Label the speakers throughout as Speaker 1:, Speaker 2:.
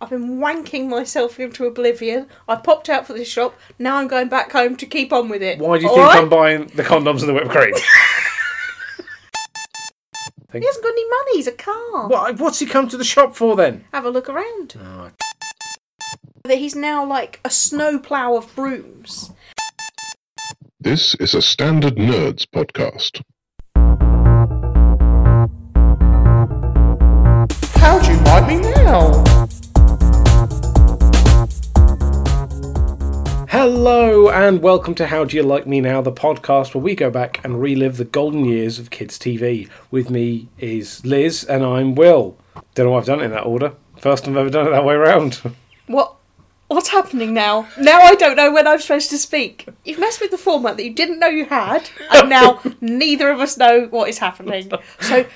Speaker 1: I've been wanking myself into oblivion. I popped out for this shop. Now I'm going back home to keep on with it.
Speaker 2: Why do you
Speaker 1: All
Speaker 2: think
Speaker 1: right?
Speaker 2: I'm buying the condoms and the whipped cream?
Speaker 1: He hasn't got any money. He's a car.
Speaker 2: what, Oh, what's he come to the shop for then?
Speaker 1: Have a look around. That he's now like a snowplow of brooms.
Speaker 3: This is a standard nerds podcast.
Speaker 4: How'd you mind me now?
Speaker 2: Hello and welcome to How Do You Like Me Now, the podcast where we go back and relive the golden years of kids' TV. With me is Liz and I'm Will. Don't know why I've done it in that order. First time I've ever done it that way around.
Speaker 1: What? What's happening now? Now I don't know when I'm supposed to speak. You've messed with the format that you didn't know you had, and now neither of us know what is happening. So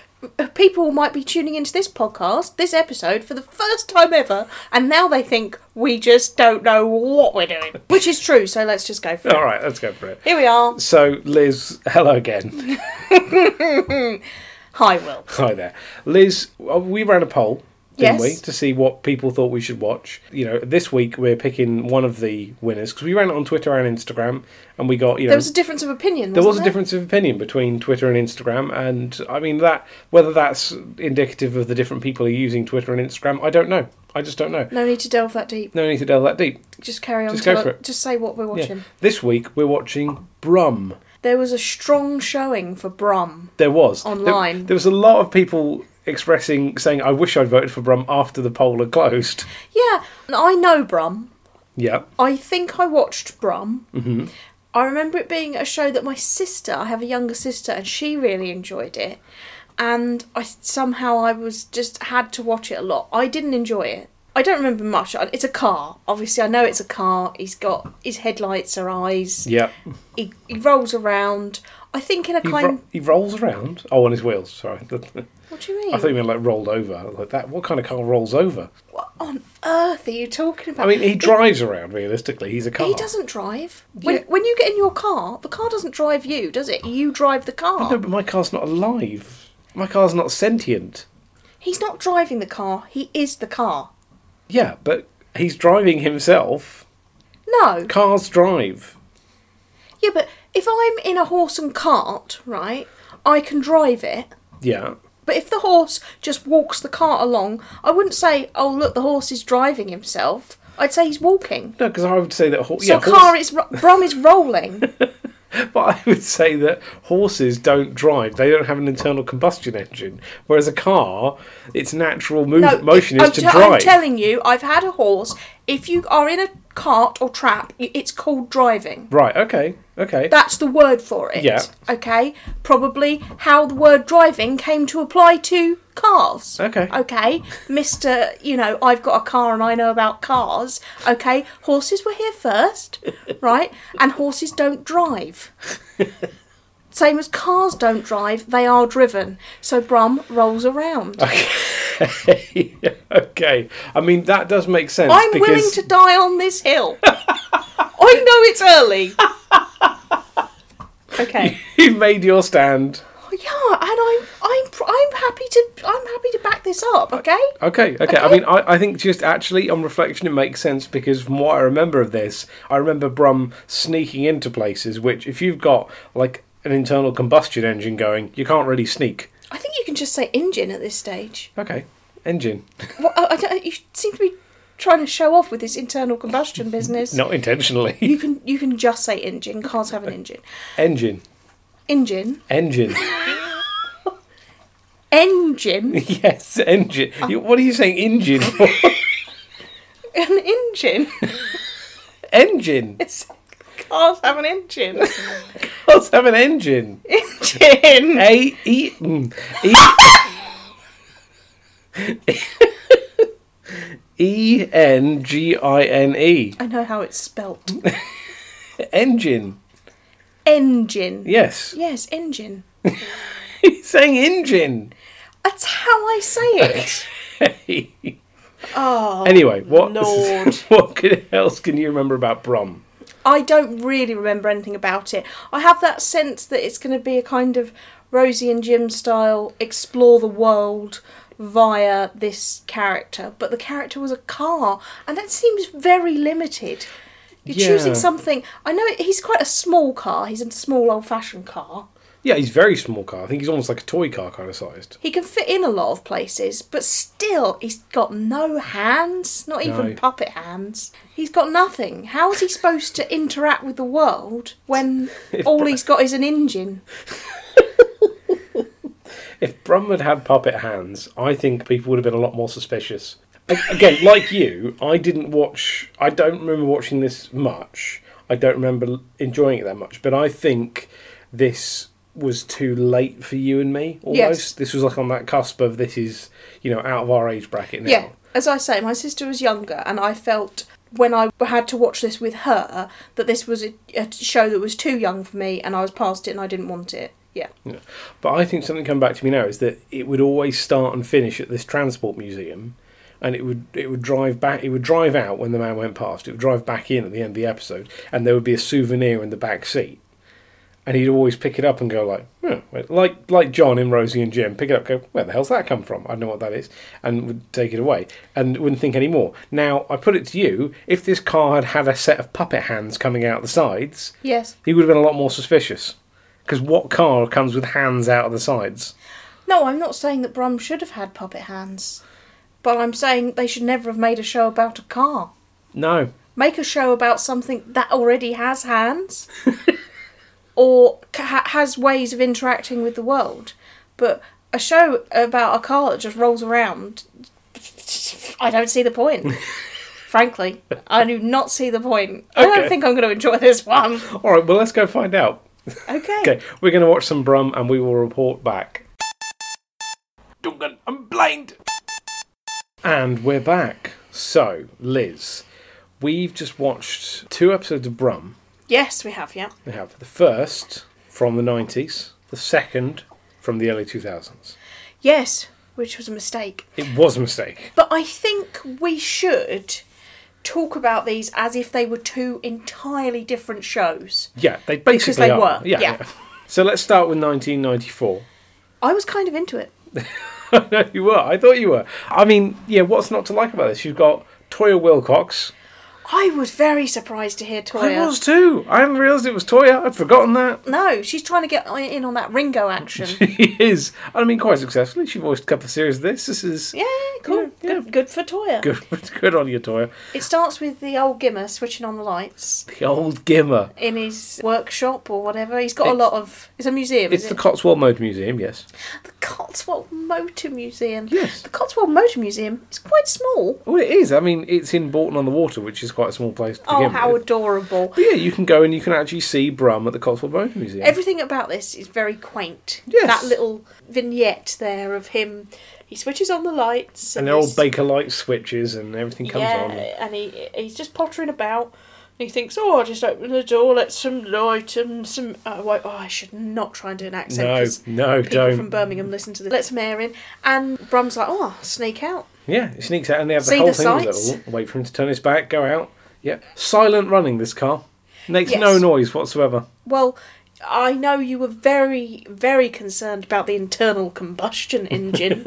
Speaker 1: uh, people might be tuning into this podcast, this episode, for the first time ever, and now they think we just don't know what we're doing, which is true. So let's just go for it.
Speaker 2: All right, let's go for it.
Speaker 1: Here we are.
Speaker 2: So, Liz, hello again.
Speaker 1: Hi, Will.
Speaker 2: Hi there. Liz, uh, we ran a poll,
Speaker 1: Yes.
Speaker 2: didn't we, to see what people thought we should watch. You know, this week we're picking one of the winners because we ran it on Twitter and Instagram and we got, you know,
Speaker 1: There was a difference of opinion.
Speaker 2: there was a
Speaker 1: wasn't
Speaker 2: difference of opinion between Twitter and Instagram, and I mean that whether that's indicative of the different people who are using Twitter and Instagram, I don't know. I just don't know.
Speaker 1: No need to delve that deep.
Speaker 2: No need to delve that deep.
Speaker 1: Just carry on.
Speaker 2: Just
Speaker 1: till
Speaker 2: go
Speaker 1: I-
Speaker 2: for it.
Speaker 1: Just say what we're watching.
Speaker 2: Yeah. This week we're watching Brum.
Speaker 1: There was a strong showing for Brum.
Speaker 2: There was There-
Speaker 1: Online.
Speaker 2: There, was a lot of people expressing saying, "I wish I'd voted for Brum after the poll had closed."
Speaker 1: Yeah, and I know Brum.
Speaker 2: Yeah,
Speaker 1: I think I watched Brum. Mm-hmm. I remember it being a show that my sister, I have a younger sister, and she really enjoyed it. And I somehow I was just had to watch it a lot. I didn't enjoy it. I don't remember much. I- It's a car. Obviously, I know it's a car. He's got his headlights are eyes.
Speaker 2: yeah.
Speaker 1: He, he rolls around. I think in a
Speaker 2: He,
Speaker 1: kind.
Speaker 2: ro- he rolls around. Oh, on his wheels. Sorry,
Speaker 1: what do you mean?
Speaker 2: I thought you meant like rolled over like that. What kind of car rolls over?
Speaker 1: What on earth are you talking about?
Speaker 2: I mean, he drives around. Realistically, he's a car.
Speaker 1: He doesn't drive. When
Speaker 2: Yeah.
Speaker 1: when you get in your car, the car doesn't drive you, does it? You drive the car.
Speaker 2: No, but my car's not alive. My car's not sentient.
Speaker 1: He's not driving the car. He is the car.
Speaker 2: Yeah, but he's driving himself.
Speaker 1: No.
Speaker 2: Cars drive.
Speaker 1: Yeah, but if I'm in a horse and cart, right, I can drive it.
Speaker 2: Yeah.
Speaker 1: But if the horse just walks the cart along, I wouldn't say, "Oh, look, the horse is driving himself." I'd say he's walking.
Speaker 2: No, because I would say that. Ho-
Speaker 1: So
Speaker 2: yeah, horse-
Speaker 1: car is ro- Brom is rolling.
Speaker 2: but I would say that horses don't drive. They don't have an internal combustion engine. Whereas a car, its natural move- motion is
Speaker 1: I'm
Speaker 2: to
Speaker 1: te- I'm
Speaker 2: drive.
Speaker 1: telling you, I've had a horse. If you are in a cart or trap, y- it's called driving.
Speaker 2: right. Okay. Okay.
Speaker 1: That's the word for it.
Speaker 2: Yeah.
Speaker 1: Okay. Probably how the word driving came to apply to cars.
Speaker 2: Okay.
Speaker 1: Okay. Mister, you know, I've got a car and I know about cars. Okay. Horses were here first, right? And horses don't drive. Same as cars don't drive, they are driven. So Brum rolls around.
Speaker 2: Okay. okay. I mean that does make sense.
Speaker 1: I'm
Speaker 2: because
Speaker 1: willing to die on this hill. I know it's early. Okay.
Speaker 2: You've made your stand.
Speaker 1: Oh, yeah, and I'm I'm pr- I'm happy to I'm happy to back this up. Okay.
Speaker 2: Okay, okay. I mean, I, I think just actually on reflection, it makes sense because from what I remember of this, I remember Brum sneaking into places which, if you've got like an internal combustion engine going, you can't really sneak.
Speaker 1: I think you can just say engine at this stage.
Speaker 2: Okay, engine.
Speaker 1: What, I, I don't, you seem to be trying to show off with this internal combustion business.
Speaker 2: Not intentionally.
Speaker 1: You can you can just say engine. Cars have an engine.
Speaker 2: engine.
Speaker 1: Engine.
Speaker 2: Engine.
Speaker 1: Engine.
Speaker 2: yes, engine. You- What are you saying, engine? for?
Speaker 1: An engine.
Speaker 2: engine.
Speaker 1: It's- Cars have an engine.
Speaker 2: Let's have an engine.
Speaker 1: Engine.
Speaker 2: A E mm, E E N G I N E
Speaker 1: I know how it's spelt.
Speaker 2: engine.
Speaker 1: Engine.
Speaker 2: Yes,
Speaker 1: Yes, engine.
Speaker 2: he's saying engine.
Speaker 1: That's how I say it. oh,
Speaker 2: anyway, what
Speaker 1: Lord.
Speaker 2: what could- else can you remember about Brom?
Speaker 1: I don't really remember anything about it. I have that sense that it's going to be a kind of Rosie and Jim style explore the world, via this character, but the character was a car, and that seems very limited. You're choosing
Speaker 2: Yeah.
Speaker 1: something. I know he's quite a small car. He's a small old-fashioned car.
Speaker 2: Yeah, he's very small car. I think he's almost like a toy car kind of sized.
Speaker 1: He can fit in a lot of places, but still, he's got no hands, not even
Speaker 2: No.
Speaker 1: puppet hands. He's got nothing. How is he supposed to interact with the world when all he's got is an engine?
Speaker 2: If Brum had had puppet hands, I think people would have been a lot more suspicious. A- Again, like you, I didn't watch. I don't remember watching this much. I don't remember l- enjoying it that much. But I think this was too late for you and me. Almost,
Speaker 1: Yes.
Speaker 2: this was like on that cusp of this is you know out of our age bracket now.
Speaker 1: Yeah, as I say, my sister was younger, and I felt when I had to watch this with her that this was a, a show that was too young for me, and I was past it and I didn't want it. Yeah.
Speaker 2: Yeah. But I think something coming back to me now is that it would always start and finish at this transport museum, and it would it would drive back. It would drive out when the man went past. It would drive back in at the end of the episode, and there would be a souvenir in the back seat, and he'd always pick it up and go like, "Hmm," like like John in Rosie and Jim, pick it up, go, where the hell's that come from? I don't know what that is, and would take it away and wouldn't think any more. Now I put it to you: if this car had had a set of puppet hands coming out the sides,
Speaker 1: Yes.
Speaker 2: he would have been a lot more suspicious. Because what car comes with hands out of the sides?
Speaker 1: No, I'm not saying that Brum should have had puppet hands, but I'm saying they should never have made a show about a car.
Speaker 2: No.
Speaker 1: Make a show about something that already has hands or ca- ha- has ways of interacting with the world. But a show about a car that just rolls around, I don't see the point. Frankly, I do not see the point. I
Speaker 2: Okay.
Speaker 1: don't think I'm going to enjoy this one.
Speaker 2: All right, well, let's go find out.
Speaker 1: Okay.
Speaker 2: Okay, we're going to watch some Brum and we will report back. Duncan, I'm blind! And we're back. So, Liz, we've just watched two episodes of Brum.
Speaker 1: Yes, we have, yeah.
Speaker 2: We have the first from the 90s, the second from the early 2000s.
Speaker 1: Yes, which was a mistake.
Speaker 2: It was a mistake.
Speaker 1: But I think we should talk about these as if they were two entirely different shows.
Speaker 2: Yeah, they basically
Speaker 1: they
Speaker 2: are.
Speaker 1: were, yeah.
Speaker 2: So let's start with 1994.
Speaker 1: I was kind of into it.
Speaker 2: no, you were. I thought you were. I mean, yeah, what's not to like about this? You've got Toya Wilcox.
Speaker 1: I was very surprised to hear Toya.
Speaker 2: I was too. I hadn't realised it was Toya. I'd forgotten that.
Speaker 1: No, she's trying to get on- in on that Ringo action.
Speaker 2: She is. I mean, quite successfully. She voiced a couple of series of this. This is.
Speaker 1: yeah, cool.
Speaker 2: Yeah, yeah.
Speaker 1: Good, good for Toya.
Speaker 2: Good, good on you, Toya.
Speaker 1: It starts with the old Gimmer switching on the lights
Speaker 2: The old Gimmer.
Speaker 1: in his workshop or whatever. He's got a
Speaker 2: It's-
Speaker 1: lot of. It's a museum.
Speaker 2: It's
Speaker 1: is
Speaker 2: the
Speaker 1: it?
Speaker 2: Cotswold Motor Museum, yes.
Speaker 1: the Cotswold Motor Museum.
Speaker 2: Yes.
Speaker 1: The Cotswold Motor Museum is quite small.
Speaker 2: Well, it is. I mean, it's in Borton on the Water, which is quite a small place to
Speaker 1: Oh,
Speaker 2: begin
Speaker 1: how
Speaker 2: with.
Speaker 1: adorable.
Speaker 2: But yeah, you can go and you can actually see Brum at the Cotswold Motor Museum.
Speaker 1: Everything about this is very quaint.
Speaker 2: Yes.
Speaker 1: That little vignette there of him. He switches on the lights.
Speaker 2: and they're all
Speaker 1: he's-
Speaker 2: Baker light switches and everything comes
Speaker 1: yeah,
Speaker 2: on.
Speaker 1: and he he's just pottering about. And he thinks, oh, I'll just open the door, let some light and some. Oh, wait, oh I should not try and do an accent.
Speaker 2: No,
Speaker 1: 'cause
Speaker 2: no,
Speaker 1: people
Speaker 2: don't.
Speaker 1: from Birmingham listen to this. Let some air in. And Brum's like, oh, I'll sneak out.
Speaker 2: Yeah, it sneaks out, and they have the
Speaker 1: See
Speaker 2: whole
Speaker 1: the
Speaker 2: thing. with
Speaker 1: sights?
Speaker 2: it. Oh, Wait for him to turn his back, go out. Yeah, silent running. This car makes
Speaker 1: Yes.
Speaker 2: no noise whatsoever.
Speaker 1: Well, I know you were very, very concerned about the internal combustion engine,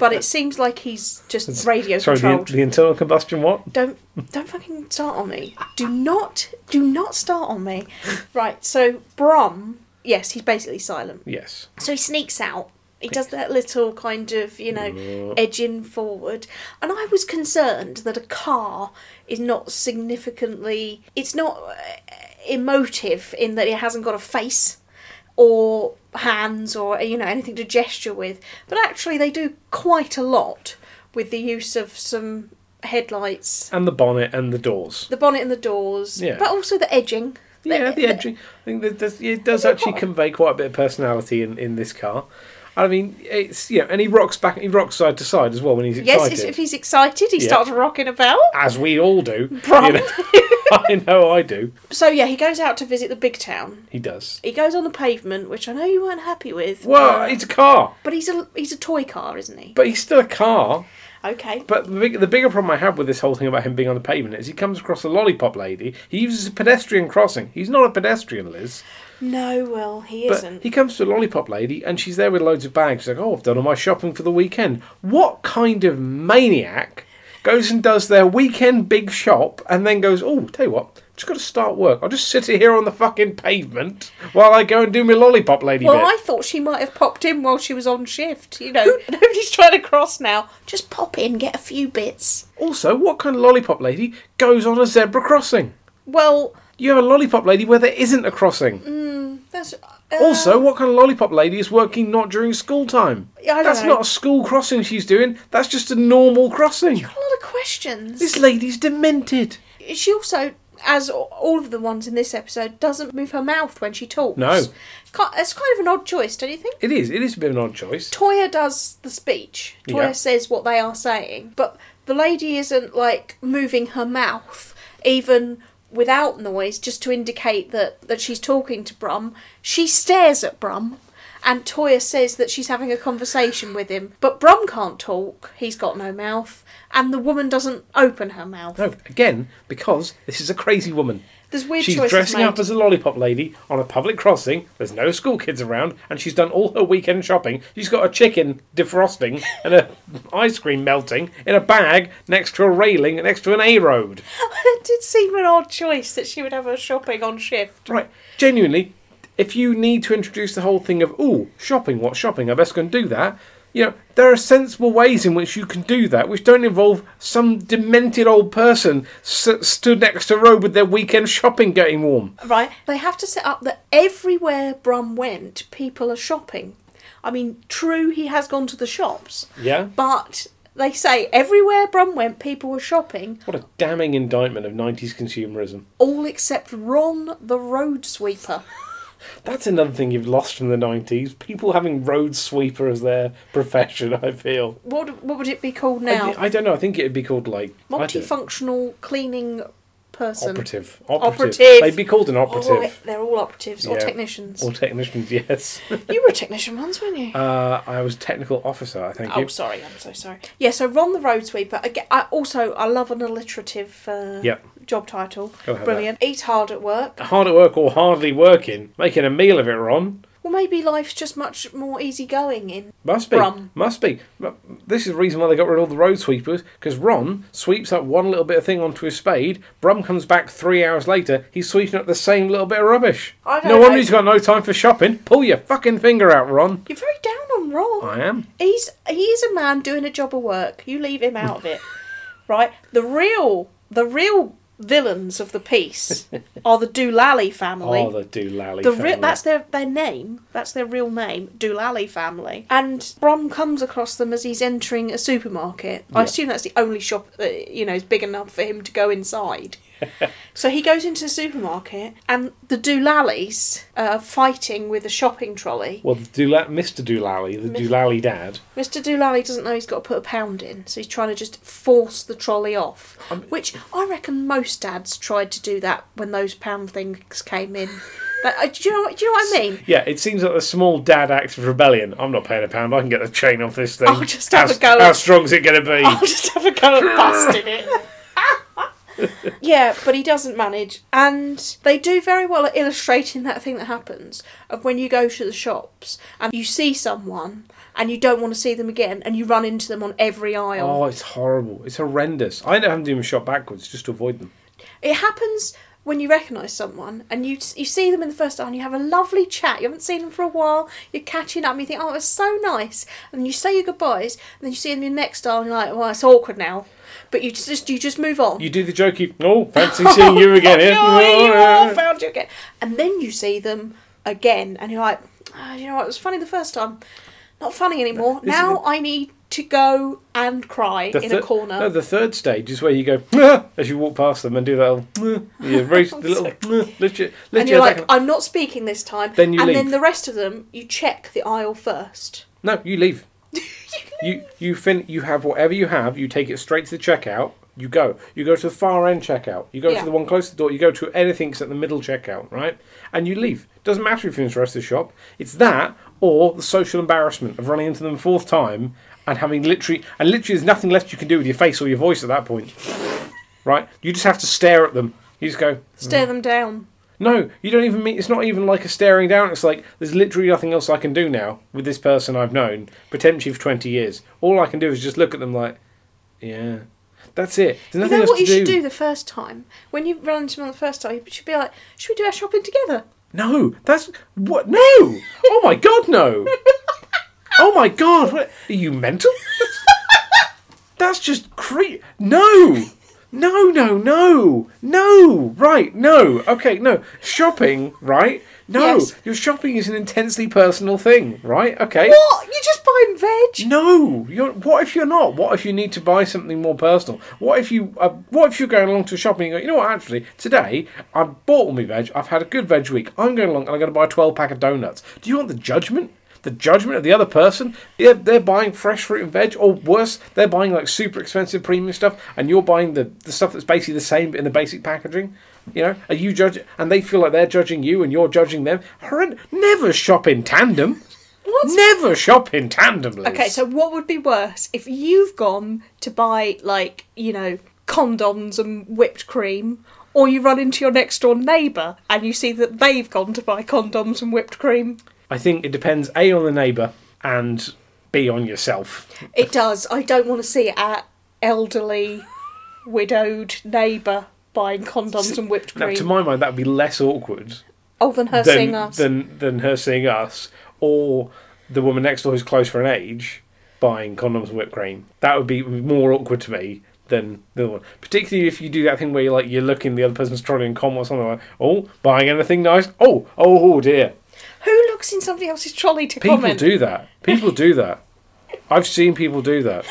Speaker 1: but it seems like he's just radio
Speaker 2: Sorry, the,
Speaker 1: controlled.
Speaker 2: the internal combustion. What?
Speaker 1: don't don't fucking start on me. Do not do not start on me. Right, so Brom, yes, he's basically silent.
Speaker 2: Yes.
Speaker 1: So he sneaks out. He does that little kind of, you know, edging forward. And I was concerned that a car is not significantly. It's not uh, emotive in that it hasn't got a face or hands or, you know, anything to gesture with. But actually, they do quite a lot with the use of some headlights,
Speaker 2: And the bonnet and the doors.
Speaker 1: the bonnet and the doors,
Speaker 2: Yeah.
Speaker 1: but also the edging.
Speaker 2: yeah, the edging. I think that does, it does actually convey quite a bit of personality in, in this car. I mean, it's you know, and he rocks back. He rocks side to side as well when he's
Speaker 1: Yes,
Speaker 2: excited.
Speaker 1: if he's excited, he
Speaker 2: Yeah.
Speaker 1: starts rocking about.
Speaker 2: as we all do. you
Speaker 1: Brum.
Speaker 2: know. I know I do.
Speaker 1: So yeah, he goes out to visit the big town.
Speaker 2: He does.
Speaker 1: He goes on the pavement, which I know you weren't happy with.
Speaker 2: Well,
Speaker 1: but-
Speaker 2: it's a car,
Speaker 1: But he's a he's a toy car, isn't he?
Speaker 2: but he's still a car.
Speaker 1: Okay.
Speaker 2: But the, big, the bigger problem I have with this whole thing about him being on the pavement is he comes across a lollipop lady. He uses a pedestrian crossing. He's not a pedestrian, Liz.
Speaker 1: No, well, he
Speaker 2: But
Speaker 1: isn't.
Speaker 2: he comes to a lollipop lady and she's there with loads of bags. She's like, oh, I've done all my shopping for the weekend. What kind of maniac goes and does their weekend big shop and then goes, oh, tell you what, just got to start work. I'll just sit here on the fucking pavement while I go and do my lollipop lady
Speaker 1: Well,
Speaker 2: bit.
Speaker 1: I thought she might have popped in while she was on shift. You know, nobody's trying to cross now. Just pop in, get a few bits.
Speaker 2: Also, what kind of lollipop lady goes on a zebra crossing?
Speaker 1: Well,
Speaker 2: You have a lollipop lady where there isn't a crossing.
Speaker 1: that's uh,
Speaker 2: Also, what kind of lollipop lady is working not during school time?
Speaker 1: Yeah, I don't
Speaker 2: That's
Speaker 1: know.
Speaker 2: not a school crossing she's doing. That's just a normal crossing.
Speaker 1: a lot of questions.
Speaker 2: This lady's demented.
Speaker 1: she also, as a- all of the ones in this episode, doesn't move her mouth when she talks.
Speaker 2: No.
Speaker 1: Ki- it's kind of an odd choice, don't you think?
Speaker 2: It is. It is a bit of an odd choice.
Speaker 1: Toya does the speech. Toya
Speaker 2: Yeah.
Speaker 1: says what they are saying, but the lady isn't like moving her mouth even without noise, just to indicate that that she's talking to Brum. She stares at Brum. And Toya says that she's having a conversation with him, but Brum can't talk. He's got no mouth, and the woman doesn't open her mouth.
Speaker 2: No, again, because this is a crazy woman.
Speaker 1: There's weird
Speaker 2: She's
Speaker 1: choices
Speaker 2: dressing
Speaker 1: made.
Speaker 2: up as a lollipop lady on a public crossing. There's no school kids around, and she's done all her weekend shopping. She's got a chicken defrosting and a ice cream melting in a bag next to a railing next to an A road.
Speaker 1: it did seem an odd choice that she would have her shopping on shift.
Speaker 2: Right, genuinely, if you need to introduce the whole thing of oh shopping, what shopping? I best go and do that. You know, there are sensible ways in which you can do that, which don't involve some demented old person s- stood next to a road with their weekend shopping getting warm.
Speaker 1: Right. They have to set up that everywhere Brum went, people are shopping. I mean, true, he has gone to the shops.
Speaker 2: Yeah.
Speaker 1: But they say everywhere Brum went, people were shopping,
Speaker 2: What a damning indictment of '90s consumerism.
Speaker 1: all except Ron the road sweeper.
Speaker 2: That's another thing you've lost from the '90s: people having road sweeper as their profession. I feel.
Speaker 1: What what would it be called
Speaker 2: I-
Speaker 1: now?
Speaker 2: I, don't know. I think it'd be called like I don't know,
Speaker 1: Multifunctional cleaning person.
Speaker 2: operative.
Speaker 1: Operative.
Speaker 2: They'd be called an operative.
Speaker 1: Oh, they're all operatives or
Speaker 2: Yeah.
Speaker 1: technicians.
Speaker 2: Or technicians, yes.
Speaker 1: you were a technician once, weren't you?
Speaker 2: Uh, I was technical officer, I think.
Speaker 1: Oh, sorry, I'm so sorry. Yeah, so Ron the Road Sweeper. Again, I also I love an alliterative uh,
Speaker 2: Yep.
Speaker 1: job title.
Speaker 2: Go have
Speaker 1: Brilliant. Eat hard at work.
Speaker 2: Hard at work or hardly working, making a meal of it, Ron.
Speaker 1: Well, maybe life's just much more easygoing in.
Speaker 2: Must be.
Speaker 1: Brum.
Speaker 2: Must be. But This is the reason why they got rid of all the road sweepers, because Ron sweeps up one little bit of thing onto his spade. Brum comes back three hours later, he's sweeping up the same little bit of rubbish.
Speaker 1: I don't
Speaker 2: no
Speaker 1: know.
Speaker 2: wonder he's got no time for shopping. Pull your fucking finger out, Ron.
Speaker 1: You're very down on Ron.
Speaker 2: I am.
Speaker 1: He's he is a man doing a job of work. You leave him out of it, right? The real the real villains of the piece are the Doolally family.
Speaker 2: Oh, the doolally.
Speaker 1: The
Speaker 2: family.
Speaker 1: re- that's their their name. That's their real name, Doolally family. And Brom comes across them as he's entering a supermarket. I assume that's the only shop that you know is big enough for him to go inside. so he goes into the supermarket, and the Doolallies are fighting with a shopping trolley.
Speaker 2: Well, the Doola- Mr. Doolally, the Doolally dad.
Speaker 1: Mr. Doolally doesn't know he's got to put a pound in, so he's trying to just force the trolley off. Which I reckon most dads tried to do that when those pound things came in. But, uh, do you know? what- Do you know what I mean?
Speaker 2: Yeah, it seems like the small dad act of rebellion. I'm not paying a pound. I can get the chain off this thing.
Speaker 1: I'll just have
Speaker 2: How-
Speaker 1: a Oh, go.
Speaker 2: How strong's it going to be?
Speaker 1: I'll just have a go at busting it. yeah, but he doesn't manage. And they do very well at illustrating that thing that happens of when you go to the shops and you see someone and you don't want to see them again and you run into them on every aisle.
Speaker 2: Oh, it's horrible. It's horrendous. I end up having to even shot backwards just to avoid them.
Speaker 1: It happens when you recognise someone and you you see them in the first aisle and you have a lovely chat. You haven't seen them for a while. You're catching up and you think, oh, it's so nice. And you say your goodbyes and then you see them in the next aisle and you're like, well, it's awkward now. But you just you just move on.
Speaker 2: You do the jokey, oh, fancy seeing you again here.
Speaker 1: Oh, you all found you again. And then you see them again, and you're like, "Ah, you know what? It was funny the first time. Not funny anymore.
Speaker 2: is
Speaker 1: now
Speaker 2: the-
Speaker 1: I need to go and cry
Speaker 2: The
Speaker 1: in a
Speaker 2: thir-
Speaker 1: corner.
Speaker 2: No, the third stage is where you go "Ah," as you walk past them and do that little, "Ah," you raise the little, "Ah," lift your, lift
Speaker 1: and you're
Speaker 2: your
Speaker 1: like,
Speaker 2: back-
Speaker 1: I'm not speaking this time.
Speaker 2: Then you
Speaker 1: and then
Speaker 2: leave.
Speaker 1: the rest of them, you check the aisle first.
Speaker 2: No, you leave. you you fin you have whatever you have, you take it straight to the checkout, you go. You go to the far end checkout, you go
Speaker 1: Yeah.
Speaker 2: to the one close to the door, you go to anything's at the middle checkout, right? And you leave. Doesn't matter if you're in the rest of the shop. It's that or the social embarrassment of running into them a fourth time and having literally and literally there's nothing left you can do with your face or your voice at that point. Right? You just have to stare at them. You just go,
Speaker 1: Stare them down.
Speaker 2: no, you don't even mean. It's not even like a staring down. It's like there's literally nothing else I can do now with this person I've known potentially for twenty years. All I can do is just look at them like, yeah, that's it. There's
Speaker 1: You
Speaker 2: nothing
Speaker 1: know
Speaker 2: else
Speaker 1: what
Speaker 2: to
Speaker 1: you
Speaker 2: do.
Speaker 1: should do the first time? When you run into them the first time, you should be like, should we do our shopping together?
Speaker 2: No, that's what? No! Oh my god, no! Oh my god, what, are you mental? That's just cre. No, no, no, no, no. Right, no. Okay, no. Shopping, right? No,
Speaker 1: Yes.
Speaker 2: your shopping is an intensely personal thing, right? Okay.
Speaker 1: What? You just buying veg?
Speaker 2: No, you're, what if you're not? What if you need to buy something more personal? What if you? Uh, what if you're going along to shopping and go, you know what? Actually, today I bought all my veg. I've had a good veg week. I'm going along and I'm going to buy a 12 pack of donuts. Do you want the judgment? The judgment of the other person? They're, they're buying fresh fruit and veg, or worse, they're buying like super expensive premium stuff, and you're buying the, the stuff that's basically the same but in the basic packaging. You know, are you judging? And they feel like they're judging you, and you're judging them. Horrend- Never shop in tandem.
Speaker 1: What's
Speaker 2: Never shop in tandem. Liz.
Speaker 1: Okay, so what would be worse if you've gone to buy like you know condoms and whipped cream, or you run into your next door neighbour and you see that they've gone to buy condoms and whipped cream?
Speaker 2: I think it depends A on the neighbour and B on yourself.
Speaker 1: It does. I don't want to see our elderly, widowed neighbour buying condoms and whipped
Speaker 2: Now,
Speaker 1: cream.
Speaker 2: to my mind, that would be less awkward
Speaker 1: oh, than her seeing
Speaker 2: than,
Speaker 1: us.
Speaker 2: than than her seeing us or the woman next door who's close for an age buying condoms and whipped cream. That would be more awkward to me than the other one. Particularly if you do that thing where you're like you're looking the other person's trolley and com or something like, oh, buying anything nice? Oh, oh, oh dear.
Speaker 1: Who looks in somebody else's trolley to
Speaker 2: People
Speaker 1: comment?
Speaker 2: do that. People do that. I've seen people do that.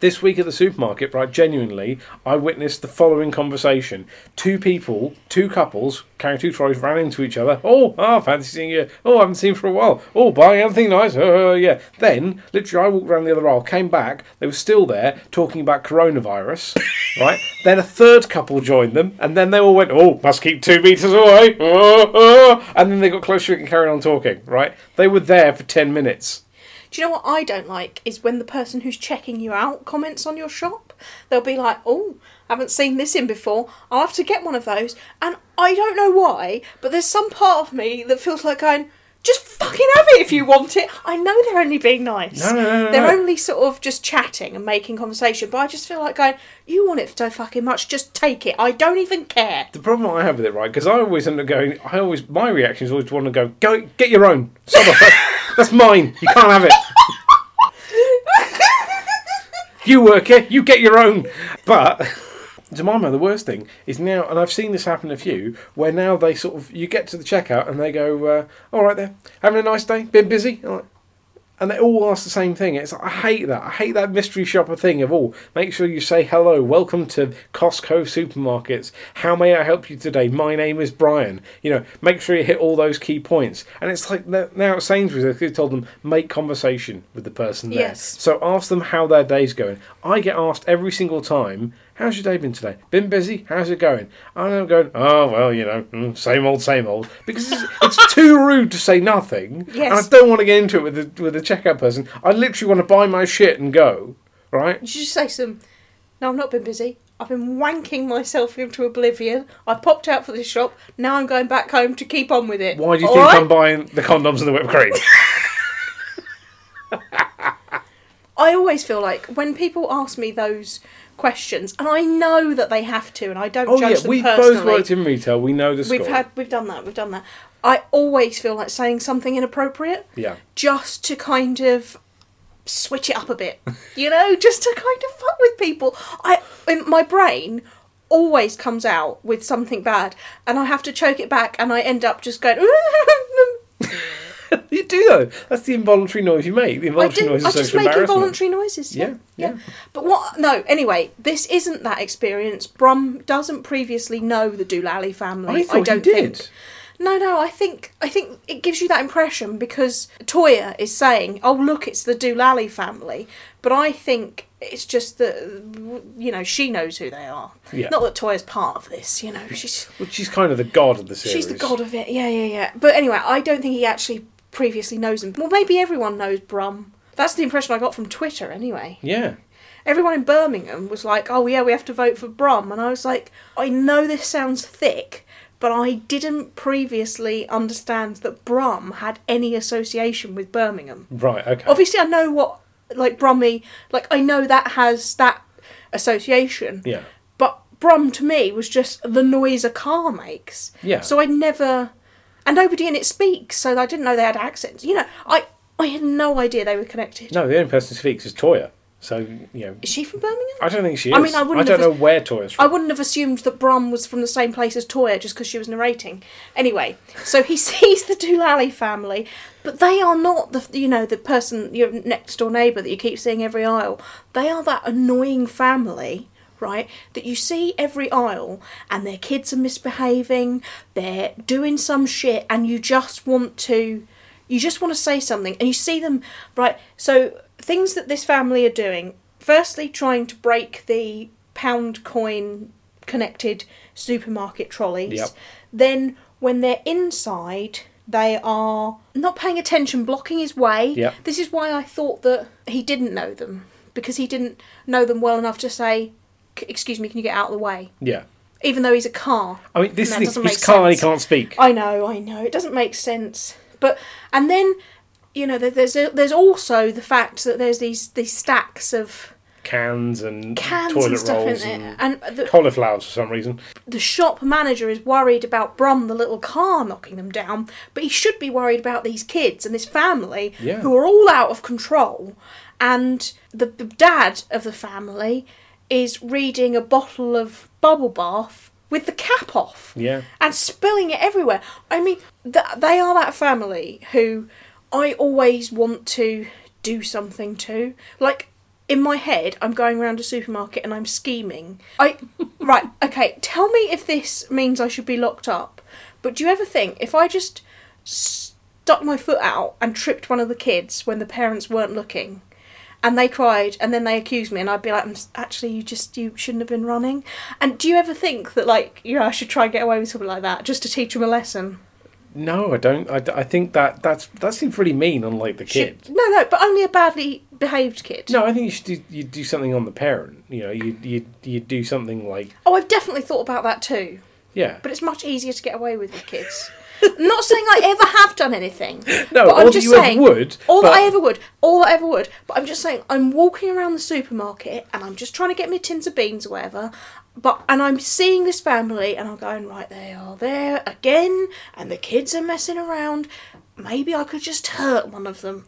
Speaker 2: this week at the supermarket, right, genuinely, I witnessed the following conversation. Two people, two couples, carrying two trolleys, ran into each other. Oh, ah, fancy seeing you. Oh, I haven't seen you for a while. Oh, buying anything nice. Oh, yeah. Then, literally, I walked around the other aisle, came back, they were still there, talking about coronavirus, right? Then a third couple joined them, and then they all went, oh, must keep two metres away. Oh, oh. And then they got closer and carried on talking, right? They were there for 10 minutes.
Speaker 1: Do you know what I don't like is when the person who's checking you out comments on your shop. They'll be like, "Oh, haven't seen this in before. I'll have to get one of those." And I don't know why, but there's some part of me that feels like going, "Just fucking have it if you want it." I know they're only being nice.
Speaker 2: No, no, no, no,
Speaker 1: they're
Speaker 2: no.
Speaker 1: only sort of just chatting and making conversation. But I just feel like going, "You want it so fucking much? Just take it. I don't even care."
Speaker 2: The problem I have with it, right? Because I always end up going. I always my reaction is always to want to go. Go get your own. Sod off. That's, that's mine. You can't have it. you work here. You get your own. But to my mind, the worst thing is now, and I've seen this happen a few, where now they sort of you get to the checkout and they go, uh, "All right, there, having a nice day. Been busy." I'm like, and they all ask the same thing. It's like, I hate that. I hate that mystery shopper thing of all. Make sure you say hello. Welcome to Costco supermarkets. How may I help you today? My name is Brian. You know, make sure you hit all those key points. And it's like they're- now at Sainsbury's, they told them make conversation with the person there.
Speaker 1: Yes.
Speaker 2: So ask them how their day's going. I get asked every single time. How's your day been today? Been busy? How's it going? And I'm going, oh, well, you know, mm, same old, same old. Because it's, it's too rude to say nothing.
Speaker 1: Yes.
Speaker 2: And I don't want to get into it with the, with the checkout person. I literally want to buy my shit and go, right?
Speaker 1: You should just say some. No, I've not been busy. I've been wanking myself into oblivion. I popped out for this shop. Now I'm going back home to keep on with it.
Speaker 2: Why do you
Speaker 1: All
Speaker 2: think
Speaker 1: right?
Speaker 2: I'm buying the condoms and the whipped cream?
Speaker 1: I always feel like when people ask me those questions, and I know that they have to, and I don't
Speaker 2: oh,
Speaker 1: judge
Speaker 2: yeah,
Speaker 1: them
Speaker 2: we've
Speaker 1: personally.
Speaker 2: both worked in retail. We know the score.
Speaker 1: we've had, we've done that, we've done that. I always feel like saying something inappropriate.
Speaker 2: Yeah.
Speaker 1: Just to kind of switch it up a bit, you know, just to kind of fuck with people. I, in my brain always comes out with something bad, and I have to choke it back, and I end up just going.
Speaker 2: you do, though. That's the involuntary noise you make. The
Speaker 1: I
Speaker 2: involuntary
Speaker 1: do.
Speaker 2: noise is
Speaker 1: I just
Speaker 2: social
Speaker 1: make
Speaker 2: embarrassment.
Speaker 1: involuntary noises. Yeah,
Speaker 2: Yeah,
Speaker 1: yeah.
Speaker 2: yeah.
Speaker 1: But what? No. Anyway, this isn't that experience. Brum doesn't previously know the Doolally family.
Speaker 2: I thought you
Speaker 1: don't
Speaker 2: did.
Speaker 1: think. No, no. I think I think it gives you that impression because Toya is saying, "Oh, look, it's the Doolally family," but I think it's just that you know she knows who they are.
Speaker 2: Yeah.
Speaker 1: Not that Toya's part of this. You know, she's
Speaker 2: Well, she's kind of the god of the series.
Speaker 1: She's the god of it. Yeah, yeah, yeah. But anyway, I don't think he actually previously knows him. Well, maybe everyone knows Brum. That's the impression I got from Twitter, anyway.
Speaker 2: Yeah.
Speaker 1: Everyone in Birmingham was like, oh, yeah, we have to vote for Brum. And I was like, I know this sounds thick, but I didn't previously understand that Brum had any association with Birmingham.
Speaker 2: Right. Okay.
Speaker 1: Obviously, I know what, like, Brummy, like, I know that has that association.
Speaker 2: Yeah.
Speaker 1: But Brum to me was just the noise a car makes.
Speaker 2: Yeah.
Speaker 1: So I never, and nobody in it speaks, so I didn't know they had accents. You know, I I had no idea they were connected.
Speaker 2: No, the only person who speaks is Toya. So you know,
Speaker 1: Is she from Birmingham?
Speaker 2: I don't think she is.
Speaker 1: I mean, I wouldn't
Speaker 2: don't
Speaker 1: have-
Speaker 2: know where Toya's
Speaker 1: I
Speaker 2: from.
Speaker 1: wouldn't have assumed that Brom was from the same place as Toya just because she was narrating. Anyway, so he sees the Doolally family, but they are not the you know the person your next door neighbour that you keep seeing every aisle. They are that annoying family. Right, that you see every aisle, and their kids are misbehaving, they're doing some shit, and you just want to you just want to say something and you see them right so things that this family are doing firstly trying to break the pound coin connected supermarket trolleys
Speaker 2: Yep.
Speaker 1: then when they're inside they are not paying attention blocking his way
Speaker 2: Yep.
Speaker 1: this is why i thought that he didn't know them because he didn't know them well enough to say "C- excuse me can you get out of the way
Speaker 2: yeah.
Speaker 1: even though he's a car
Speaker 2: I mean, this
Speaker 1: And that
Speaker 2: is
Speaker 1: doesn't
Speaker 2: his
Speaker 1: make
Speaker 2: car. and He
Speaker 1: sense.
Speaker 2: can't speak.
Speaker 1: I know, I know. It doesn't make sense. But and then you know there- there's a, there's also the fact that there's these these stacks of
Speaker 2: Cans and
Speaker 1: cans
Speaker 2: toilet
Speaker 1: and stuff in
Speaker 2: rolls
Speaker 1: there,
Speaker 2: and
Speaker 1: and the,
Speaker 2: cauliflowers for some reason.
Speaker 1: the shop manager is worried about Brum, the little car, knocking them down. But he should be worried about these kids and this family
Speaker 2: Yeah.
Speaker 1: who are all out of control. And the, the dad of the family is reading a bottle of bubble bath with the cap off
Speaker 2: Yeah.
Speaker 1: and spilling it everywhere. I mean, th- they are that family who I always want to do something to. Like in my head, I'm going around a supermarket and I'm scheming. I right, okay. Tell me if this means I should be locked up. But do you ever think if I just stuck my foot out and tripped one of the kids when the parents weren't looking? and they cried and then they accused me and i'd be like I'm s- actually you just you shouldn't have been running and do you ever think that like you know i should try and get away with something like that just to teach them a lesson
Speaker 2: No, I don't. I, I think that that's that seems really mean. Unlike the kid.
Speaker 1: Should- no no but only a badly behaved kid
Speaker 2: No, I think you should do, you do something on the parent. You know, you you you do something like
Speaker 1: oh i've definitely thought about that too
Speaker 2: yeah.
Speaker 1: but it's much easier to get away with with kids I'm not saying I ever have done anything.
Speaker 2: No,
Speaker 1: but I'm
Speaker 2: or
Speaker 1: just
Speaker 2: you ever
Speaker 1: saying,
Speaker 2: would,
Speaker 1: All that
Speaker 2: but-
Speaker 1: I ever would. All that I ever would. But I'm just saying, I'm walking around the supermarket and I'm just trying to get me tins of beans or whatever. But and I'm seeing this family and I'm going right. They are there again, and the kids are messing around. Maybe I could just hurt one of them.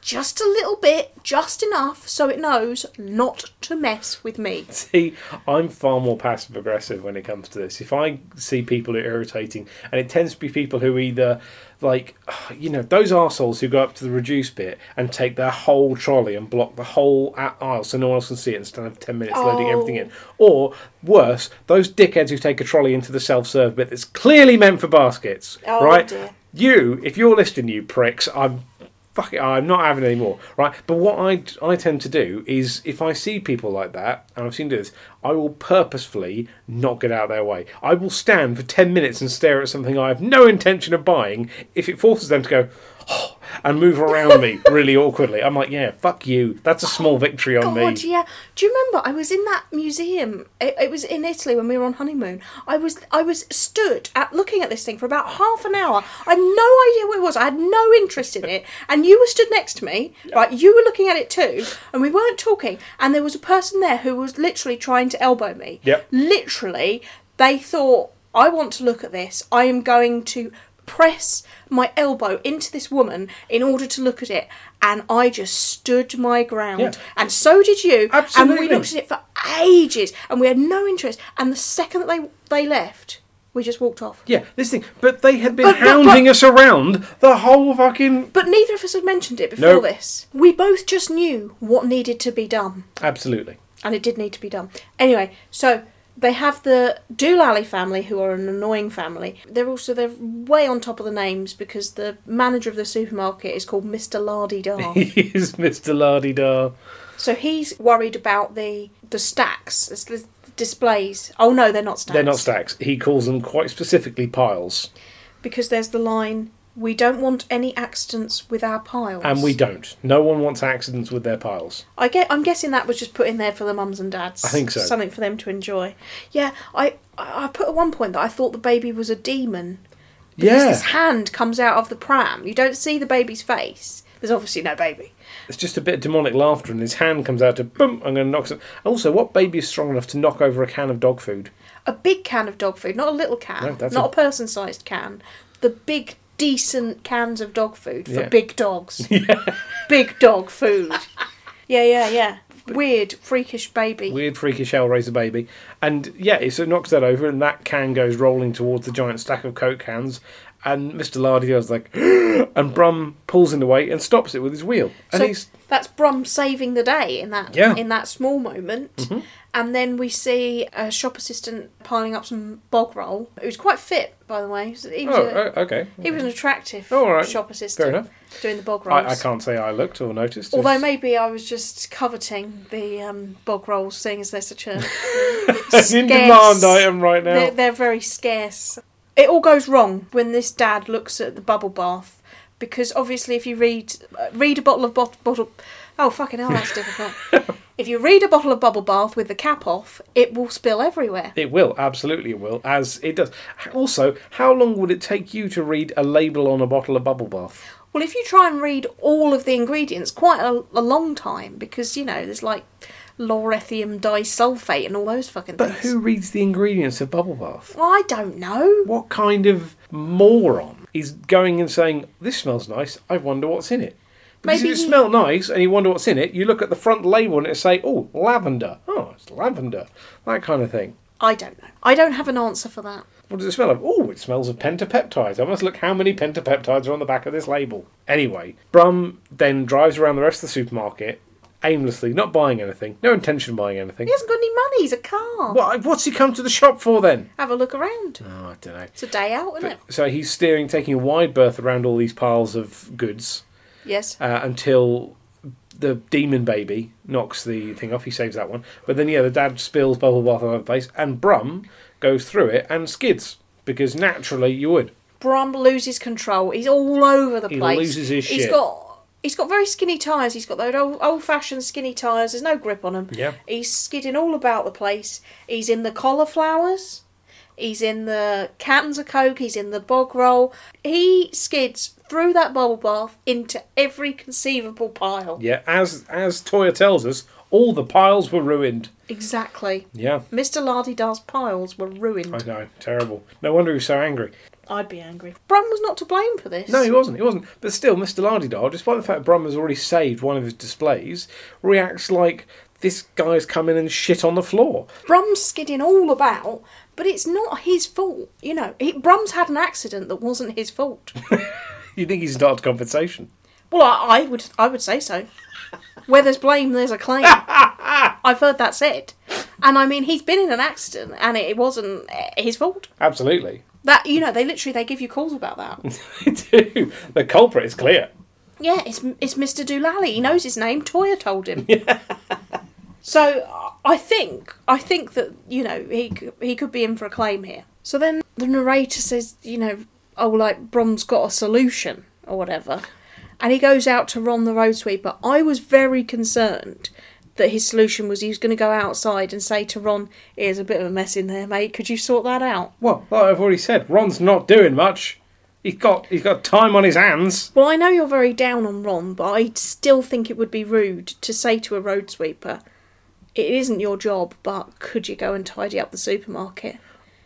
Speaker 1: just a little bit, just enough, so it knows not to mess with me.
Speaker 2: See, I'm far more passive aggressive when it comes to this. If I see people who are irritating, and it tends to be people who either, like, you know, those arseholes who go up to the reduce bit and take their whole trolley and block the whole a- aisle so no one else can see it and stand for 10 minutes loading
Speaker 1: Oh.
Speaker 2: everything in. Or, worse, those dickheads who take a trolley into the self serve bit that's clearly meant for baskets.
Speaker 1: Oh,
Speaker 2: right?
Speaker 1: dear.
Speaker 2: You, if you're listening, you pricks, I'm fuck it, I'm not having any more, right? But what I, I tend to do is if I see people like that, and I've seen do this, I will purposefully not get out of their way. I will stand for 10 minutes and stare at something I have no intention of buying if it forces them to go, "Oh," and move around me really awkwardly. I'm like, yeah, fuck you. That's a small victory
Speaker 1: God,
Speaker 2: on me.
Speaker 1: yeah. Oh, Do you remember? I was in that museum. It, it was in Italy when we were on honeymoon. I was I was stood at looking at this thing for about half an hour. I had no idea what it was. I had no interest in it. And you were stood next to me, right? You were looking at it too, and we weren't talking. And there was a person there who was literally trying to elbow me.
Speaker 2: Yep.
Speaker 1: Literally, they thought I want to look at this. I am going to. Press my elbow into this woman in order to look at it, and I just stood my ground,
Speaker 2: Yeah.
Speaker 1: and so did you.
Speaker 2: Absolutely.
Speaker 1: And we looked at it for ages, and we had no interest. And the second that they they left, we just walked off.
Speaker 2: Yeah, this thing. But they had been
Speaker 1: But- but- but-
Speaker 2: hounding us around the whole fucking.
Speaker 1: But neither of us had mentioned it before
Speaker 2: Nope.
Speaker 1: this. We both just knew what needed to be done,
Speaker 2: Absolutely.
Speaker 1: and it did need to be done. Anyway, so they have the Doolally family, who are an annoying family. They're also they're way on top of the names because the manager of the supermarket is called Mister Lardy Dar.
Speaker 2: He is Mr. Lardy Dar.
Speaker 1: So he's worried about the the stacks, it's the displays. Oh no, they're not stacks.
Speaker 2: They're not stacks. He calls them quite specifically piles.
Speaker 1: because there's the line We don't want any accidents with our piles.
Speaker 2: And we don't. No one wants accidents with their piles.
Speaker 1: I get. I'm guessing that was just put in there for the mums and dads.
Speaker 2: I think so.
Speaker 1: Something for them to enjoy. Yeah, I I I put at one point that I thought the baby was a demon. Because
Speaker 2: Yeah.
Speaker 1: This hand comes out of the pram. You don't see the baby's face. There's obviously no baby.
Speaker 2: It's just a bit of demonic laughter, and his hand comes out to boom, I'm going to knock some. Also, what baby is strong enough to knock over a can of dog food?
Speaker 1: A big can of dog food, not a little can,
Speaker 2: No, that's
Speaker 1: not
Speaker 2: a-
Speaker 1: a, person-sized can. The big decent cans of dog food for
Speaker 2: Yeah.
Speaker 1: big dogs. Big dog food. yeah, yeah, yeah. Weird, freakish baby.
Speaker 2: Weird, freakish Hellraiser baby. And yeah, it sort of knocks that over, and that can goes rolling towards the giant stack of Coke cans. And Mr. Lardy goes like, and Brum pulls in the way and stops it with his wheel. And
Speaker 1: so
Speaker 2: he's.
Speaker 1: that's Brum saving the day in that
Speaker 2: Yeah. Mm-hmm.
Speaker 1: in that small moment. And then we see a shop assistant piling up some bog roll, who's quite fit, by the way. He was, he was
Speaker 2: Oh,
Speaker 1: a-
Speaker 2: oh, okay.
Speaker 1: he was an attractive
Speaker 2: Oh, all right.
Speaker 1: shop
Speaker 2: Fair
Speaker 1: assistant
Speaker 2: enough.
Speaker 1: doing the bog rolls.
Speaker 2: I, I can't say I looked or noticed.
Speaker 1: Although
Speaker 2: It's-
Speaker 1: maybe I was just coveting the um, bog rolls, seeing as they're such a
Speaker 2: it's
Speaker 1: scarce-
Speaker 2: in demand item right now.
Speaker 1: They're, they're very scarce. It all goes wrong when this dad looks at the bubble bath because obviously, if you read uh, read a bottle of bot- bottle, oh fucking hell, that's difficult. If you read a bottle of bubble bath with the cap off, it will spill everywhere.
Speaker 2: It will, absolutely it will, as it does. Also, how long would it take you to read a label on a bottle of bubble bath?
Speaker 1: Well, if you try and read all of the ingredients, quite a, a long time because you know there's like laurethium disulfate and all those fucking
Speaker 2: But
Speaker 1: things.
Speaker 2: who reads the ingredients of bubble bath?
Speaker 1: Well, I don't know.
Speaker 2: What kind of moron is going and saying, This smells nice, I wonder what's in it? Because
Speaker 1: Maybe
Speaker 2: if it
Speaker 1: he-
Speaker 2: smelled nice and you wonder what's in it, you look at the front label and it say, Oh, lavender. Oh, it's lavender. That kind of thing.
Speaker 1: I don't know. I don't have an answer for that.
Speaker 2: What does it smell of? Oh, it smells of pentapeptides. I must look how many pentapeptides are on the back of this label. Anyway, Brum then drives around the rest of the supermarket aimlessly, not buying anything, no intention of buying anything.
Speaker 1: He hasn't got any money. He's a car.
Speaker 2: What, what's he come to the shop for then?
Speaker 1: Have a look around.
Speaker 2: Oh, I don't know.
Speaker 1: It's a day out, isn't it?
Speaker 2: So he's steering, taking a wide berth around all these piles of goods
Speaker 1: Yes.
Speaker 2: uh, until the demon baby knocks the thing off. He saves that one. But then, yeah, the dad spills bubble bath all over the place, and Brum goes through it and skids, because naturally you would.
Speaker 1: Brum loses control. He's all over the
Speaker 2: He
Speaker 1: place.
Speaker 2: loses his
Speaker 1: He's
Speaker 2: shit.
Speaker 1: got he's got very skinny tires. He's got those old old fashioned skinny tires. There's no grip on him.
Speaker 2: Yeah.
Speaker 1: He's skidding all about the place. He's in the cauliflowers. He's in the cans of coke. He's in the bog roll. He skids through that bubble bath into every conceivable pile.
Speaker 2: Yeah, as as Toya tells us, all the piles were ruined.
Speaker 1: Exactly.
Speaker 2: Yeah,
Speaker 1: Mr. Lardy Dar's piles were ruined.
Speaker 2: I know, terrible. No wonder he was so angry.
Speaker 1: I'd be angry. Brum was not to blame for this.
Speaker 2: No, he wasn't. He wasn't. But still, Mr. Lardidar, despite the fact Brum has already saved one of his displays, reacts like this guy's come in and shit on the floor.
Speaker 1: Brum's skidding all about, but it's not his fault. You know, he, Brum's had an accident that wasn't his fault.
Speaker 2: You think he's entitled to compensation?
Speaker 1: well, I, I would, I would say so. Where there's blame, there's a claim. I've heard that said, and I mean, he's been in an accident, and it, it wasn't eh, his fault.
Speaker 2: Absolutely.
Speaker 1: That you know, they literally they give you calls about that.
Speaker 2: They do. The culprit is clear.
Speaker 1: yeah, it's it's Mr. Doolally. He knows his name. Toya told him. So I- I think I think that you know he c- he could be in for a claim here. So then the narrator says, you know, oh like Brom's got a solution or whatever, and he goes out to Ron the road sweeper. I was very concerned that his solution was he was going to go outside and say to Ron, "Here's a bit of a mess in there, mate. Could you sort that out?"
Speaker 2: Well, like I've already said, Ron's not doing much. He's got he's got time on his hands.
Speaker 1: Well, I know you're very down on Ron, but I still think it would be rude to say to a road sweeper, "It isn't your job, but could you go and tidy up the supermarket?"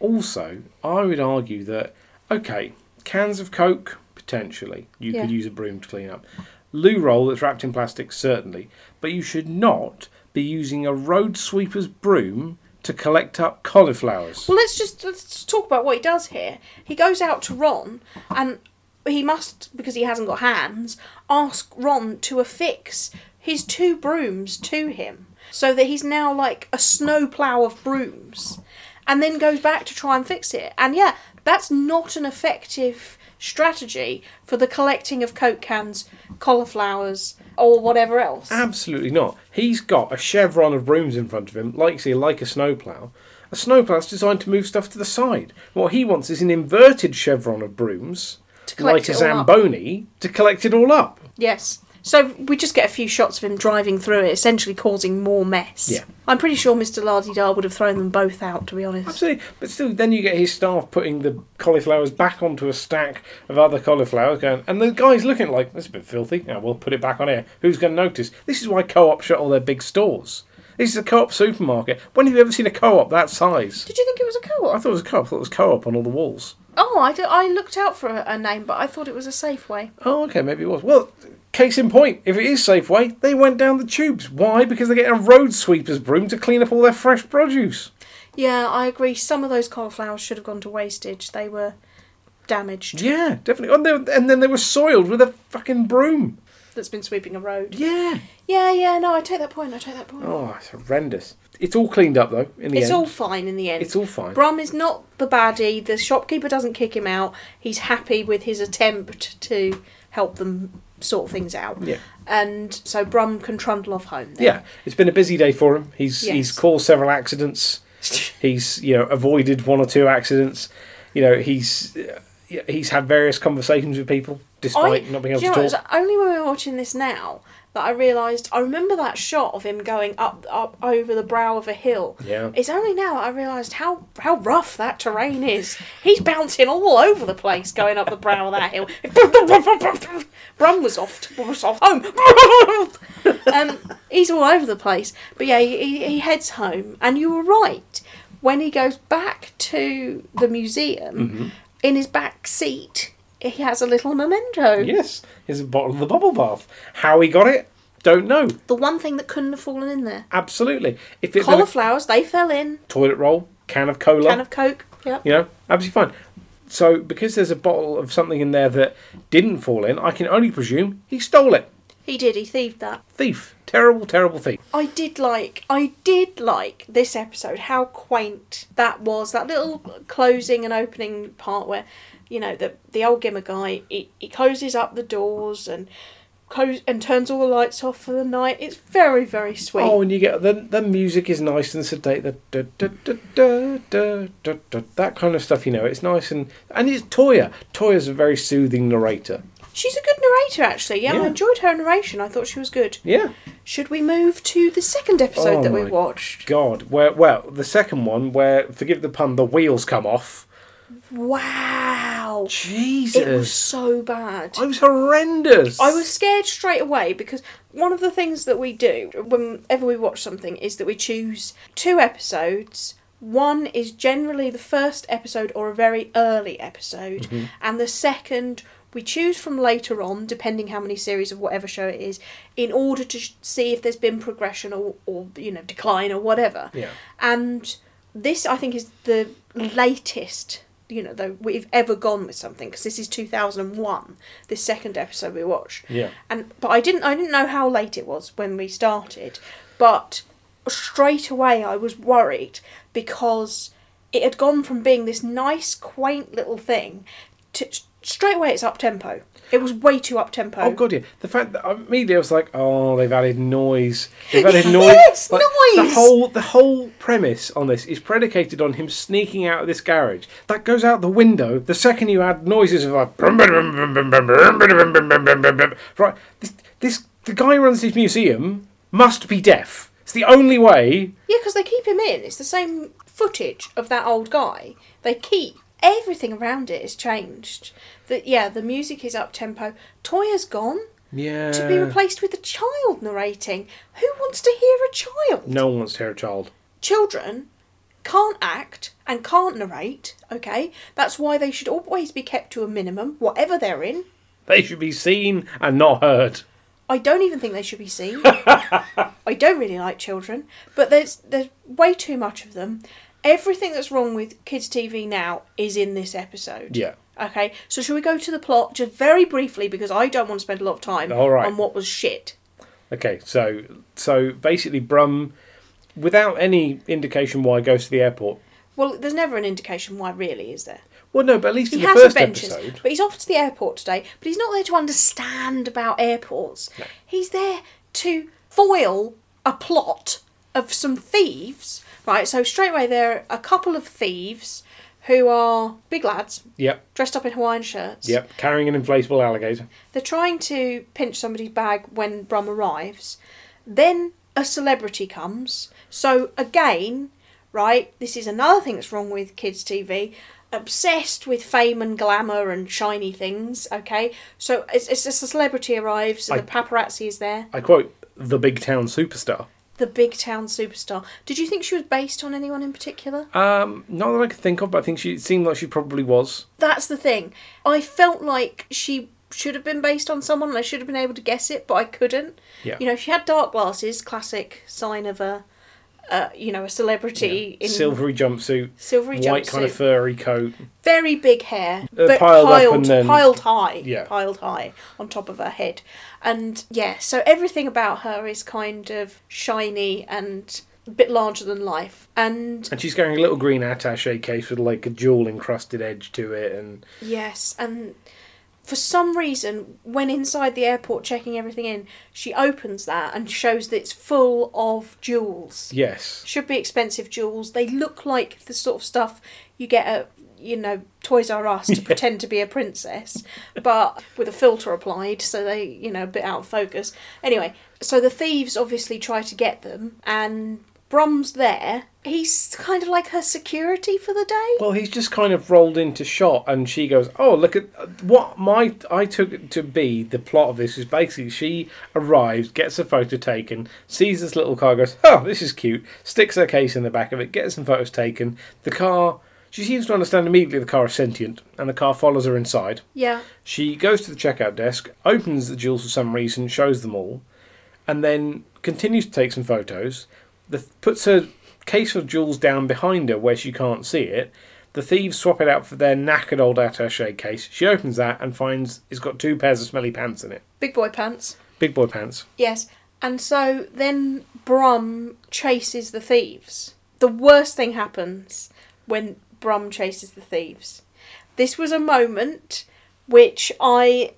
Speaker 2: Also, I would argue that okay, cans of Coke potentially you could
Speaker 1: Yeah.
Speaker 2: use a broom to clean up, loo roll that's wrapped in plastic certainly, but you should not be using a road sweeper's broom to collect up cauliflowers.
Speaker 1: Well, let's just let's talk about what he does here. He goes out to Ron, and he must, because he hasn't got hands, ask Ron to affix his two brooms to him, so that he's now like a snowplow of brooms, and then goes back to try and fix it. And yeah, that's not an effective strategy for the collecting of coke cans, cauliflowers, or whatever else.
Speaker 2: Absolutely not. He's got a chevron of brooms in front of him, like say, like a snowplow. A snowplow's designed to move stuff to the side. What he wants is an inverted chevron of brooms
Speaker 1: to collect
Speaker 2: like a
Speaker 1: it all up.
Speaker 2: Zamboni to collect it all up.
Speaker 1: Yes. So we just get a few shots of him driving through it, essentially causing more mess.
Speaker 2: Yeah.
Speaker 1: I'm pretty sure Mr. Lardidar would have thrown them both out, to be honest.
Speaker 2: Absolutely. But still, then you get his staff putting the cauliflowers back onto a stack of other cauliflowers, going, and the guy's looking like, this is a bit filthy. Now we'll put it back on here. Who's going to notice? This is why co op shut all their big stores. This is a co op supermarket. When have you ever seen a co op that size?
Speaker 1: Did you think it was a
Speaker 2: I
Speaker 1: co-op?
Speaker 2: thought it was a co op. I thought it was co op on all the walls.
Speaker 1: Oh, I, do- I looked out for a, a name, but I thought it was a Safeway.
Speaker 2: Oh, okay, maybe it was. Well, case in point, if it is Safeway, they went down the tubes. Why? Because they're getting a road sweeper's broom to clean up all their fresh produce.
Speaker 1: Yeah, I agree. Some of those cauliflowers should have gone to wastage. They were damaged.
Speaker 2: Yeah, definitely. And, they were- and then they were soiled with a fucking broom.
Speaker 1: That's been sweeping a road.
Speaker 2: Yeah.
Speaker 1: Yeah, yeah. No, I take that point. I take that point.
Speaker 2: Oh, it's horrendous. It's all cleaned up though. In the
Speaker 1: It's
Speaker 2: end,
Speaker 1: all fine in the end.
Speaker 2: it's all fine.
Speaker 1: Brom is not the baddie. The shopkeeper doesn't kick him out. He's happy with his attempt to help them sort things out.
Speaker 2: Yeah.
Speaker 1: And so Brom can trundle off home. Then.
Speaker 2: yeah, it's been a busy day for him. He's
Speaker 1: Yes.
Speaker 2: he's caused several accidents. he's you know avoided one or two accidents. You know he's uh, yeah, he's had various conversations with people despite not being
Speaker 1: do you
Speaker 2: able
Speaker 1: know
Speaker 2: to
Speaker 1: what,
Speaker 2: talk.
Speaker 1: It's only when we were watching this now that I realised. I remember that shot of him going up, up over the brow of a hill.
Speaker 2: Yeah.
Speaker 1: It's only now I realised how how rough that terrain is. He's bouncing all over the place going up the brow of that hill. Brum was off. Was off home. um, he's all over the place. But yeah, he, he- he heads home, and you were right. When he goes back to the museum,
Speaker 2: Mm-hmm.
Speaker 1: in his back seat, he has a little memento.
Speaker 2: Yes, here's a bottle of the bubble bath. How he got it, don't know.
Speaker 1: The one thing that couldn't have fallen in there.
Speaker 2: Absolutely. If it's a
Speaker 1: Cauliflowers, they fell in.
Speaker 2: toilet roll, can of cola,
Speaker 1: Can of Coke. Yep.
Speaker 2: you know, absolutely fine. So because there's a bottle of something in there that didn't fall in, I can only presume he stole it.
Speaker 1: He did, he thieved that.
Speaker 2: thief. Terrible, terrible thief.
Speaker 1: I did like I did like this episode, how quaint that was. That little closing and opening part where, you know, the the old Gimmer guy he, he closes up the doors and close and turns all the lights off for the night. It's very, very sweet.
Speaker 2: Oh, and you get the the music is nice and sedate. The da, da, da, da, da, da, da, that kind of stuff, you know. It's nice and and it's Toya. Toya's a very soothing narrator.
Speaker 1: She's a good narrator actually. Yeah,
Speaker 2: Yeah.
Speaker 1: I enjoyed her narration. I thought she was good.
Speaker 2: Yeah.
Speaker 1: Should we move to the second episode
Speaker 2: Oh
Speaker 1: that we
Speaker 2: my
Speaker 1: watched?
Speaker 2: God. Where well the second one where forgive the pun the wheels come off.
Speaker 1: Wow.
Speaker 2: Jesus.
Speaker 1: It was so bad.
Speaker 2: I was horrendous.
Speaker 1: I was scared straight away because one of the things that we do whenever we watch something is that we choose two episodes. One is generally the first episode or a very early episode, and the second we choose from later on, depending how many series of whatever show it is, in order to sh- see if there's been progression or, or you know decline or whatever.
Speaker 2: Yeah.
Speaker 1: And this, I think, is the latest, you know, that we've ever gone with something because this is 2001, this second episode we watched.
Speaker 2: Yeah.
Speaker 1: And but I didn't, I didn't know how late it was when we started, but straight away I was worried because it had gone from being this nice, quaint little thing to straight away it's up tempo. It was way too up tempo.
Speaker 2: Oh god, yeah. The fact that immediately I was like, oh, they've added noise. They've added noise.
Speaker 1: Yes,
Speaker 2: Like, The
Speaker 1: noise!
Speaker 2: whole the whole premise on this is predicated on him sneaking out of this garage. That goes out the window the second you add noises of like, brum, brum, brum, brum, brum, brum, brum, brum, brum, brum, brum, brum, brum. right. This, this the guy who runs this museum must be deaf. It's the only way.
Speaker 1: Yeah, because they keep him in. It's the same footage of that old guy. They keep everything around it is changed. That yeah, the music is up tempo. Toya's gone
Speaker 2: Yeah.
Speaker 1: to be replaced with a child narrating. Who wants to hear a child?
Speaker 2: No one wants to hear a child.
Speaker 1: Children can't act and can't narrate. Okay, that's why they should always be kept to a minimum, whatever they're in.
Speaker 2: They should be seen and not heard.
Speaker 1: I don't even think they should be seen. I don't really like children, but there's there's way too much of them. Everything that's wrong with kids' TV now is in this episode.
Speaker 2: Yeah.
Speaker 1: Okay. So shall we go to the plot just very briefly because I don't want to spend a lot of time
Speaker 2: All right.
Speaker 1: on what was shit.
Speaker 2: Okay, so so basically, Brum, without any indication why, goes to the airport.
Speaker 1: Well, there's never an indication why, really, is there?
Speaker 2: Well, no, but at least
Speaker 1: He
Speaker 2: in the
Speaker 1: has
Speaker 2: first
Speaker 1: adventures,
Speaker 2: episode,
Speaker 1: but he's off to the airport today. But he's not there to understand about airports. He's there to foil a plot of some thieves, right? So straight away there are a couple of thieves who are big lads
Speaker 2: Yep.
Speaker 1: dressed up in Hawaiian shirts.
Speaker 2: Yep. Carrying an inflatable alligator.
Speaker 1: They're trying to pinch somebody's bag when Brum arrives. Then a celebrity comes. So again, right, this is another thing that's wrong with kids' TV. Obsessed with fame and glamour and shiny things, okay? So it's, it's just a celebrity arrives and
Speaker 2: I-
Speaker 1: the paparazzi is there.
Speaker 2: I quote the big town superstar.
Speaker 1: The big town superstar. Did you think she was based on anyone in particular?
Speaker 2: Um, not that I could think of, but I think she it seemed like she probably was.
Speaker 1: That's the thing. I felt like she should have been based on someone and I should have been able to guess it, but I couldn't.
Speaker 2: Yeah.
Speaker 1: You know, she had dark glasses, classic sign of a, uh, you know, a celebrity in
Speaker 2: Silvery jumpsuit,
Speaker 1: silvery
Speaker 2: white
Speaker 1: jumpsuit,
Speaker 2: kind of furry coat.
Speaker 1: very big hair,
Speaker 2: Uh,
Speaker 1: but
Speaker 2: piled
Speaker 1: piled,
Speaker 2: up and then-
Speaker 1: piled high,
Speaker 2: Yeah.
Speaker 1: piled high on top of her head, and yeah, so everything about her is kind of shiny and a bit larger than life, and
Speaker 2: And she's carrying a little green attache case with like a jewel encrusted edge to it and
Speaker 1: Yes, and for some reason, when inside the airport checking everything in, she opens that and shows that it's full of jewels.
Speaker 2: yes.
Speaker 1: Should be expensive jewels. They look like the sort of stuff you get at, you know, Toys R Us to pretend to be a princess, but with a filter applied, so they, you know, a bit out of focus. Anyway, so the thieves obviously try to get them, and Brum's there. He's kind of like her security for the day.
Speaker 2: Well, he's just kind of rolled into shot, and she goes, "Oh, look at what my I took it to be the plot of this is basically she arrives, gets a photo taken, sees this little car, goes, oh, this is cute, sticks her case in the back of it, gets some photos taken. The car, she seems to understand immediately the car is sentient, and the car follows her inside.
Speaker 1: Yeah.
Speaker 2: She goes to the checkout desk, opens the jewels for some reason, shows them all, and then continues to take some photos. The, puts her case of jewels down behind her where she can't see it. The thieves swap it out for their knackered old attache case. She opens that and finds it's got two pairs of smelly pants in it.
Speaker 1: Big boy pants.
Speaker 2: Big boy pants.
Speaker 1: Yes. And so then Brum chases the thieves. The worst thing happens when Brum chases the thieves. This was a moment which I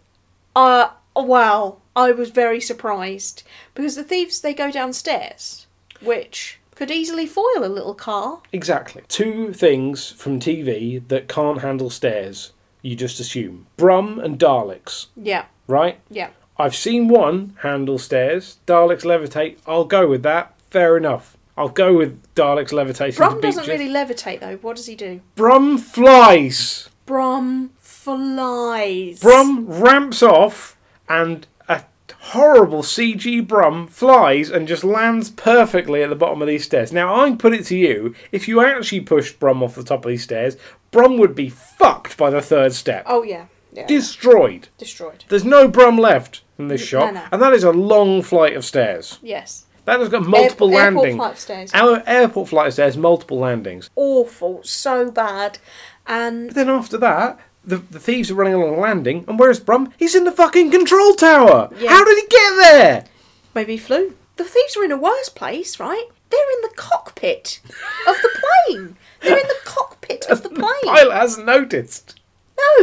Speaker 1: uh wow, I was very surprised because the thieves they go downstairs, which could easily foil a little car.
Speaker 2: Exactly. Two things from TV that can't handle stairs, you just assume. Brum and Daleks,
Speaker 1: Yeah.
Speaker 2: right?
Speaker 1: Yeah.
Speaker 2: I've seen one handle stairs. Daleks levitate. I'll go with that. Fair enough. I'll go with Daleks levitating
Speaker 1: Brum
Speaker 2: to beaches.
Speaker 1: doesn't really levitate though. What does he do?
Speaker 2: Brum flies.
Speaker 1: Brum flies.
Speaker 2: Brum ramps off, and a horrible CG Brum flies and just lands perfectly at the bottom of these stairs. Now, I put it to you: if you actually pushed Brum off the top of these stairs, Brum would be fucked by the third step,
Speaker 1: Oh yeah. Yeah.
Speaker 2: destroyed.
Speaker 1: Destroyed.
Speaker 2: There's no Brum left in this shot,
Speaker 1: no.
Speaker 2: and that is a long flight of stairs.
Speaker 1: Yes.
Speaker 2: That has got multiple
Speaker 1: Airport- airport
Speaker 2: landings.
Speaker 1: flight of stairs.
Speaker 2: Our airport flight of stairs, multiple landings.
Speaker 1: awful, so bad. And
Speaker 2: But then after that, the, the thieves are running along the landing, and where's Brum? He's in the fucking control tower.
Speaker 1: Yeah.
Speaker 2: How did he get there?
Speaker 1: maybe he flew. The thieves are in a worse place, right? They're in the cockpit of the plane. They're in the cockpit of the plane.
Speaker 2: Pilot hasn't noticed.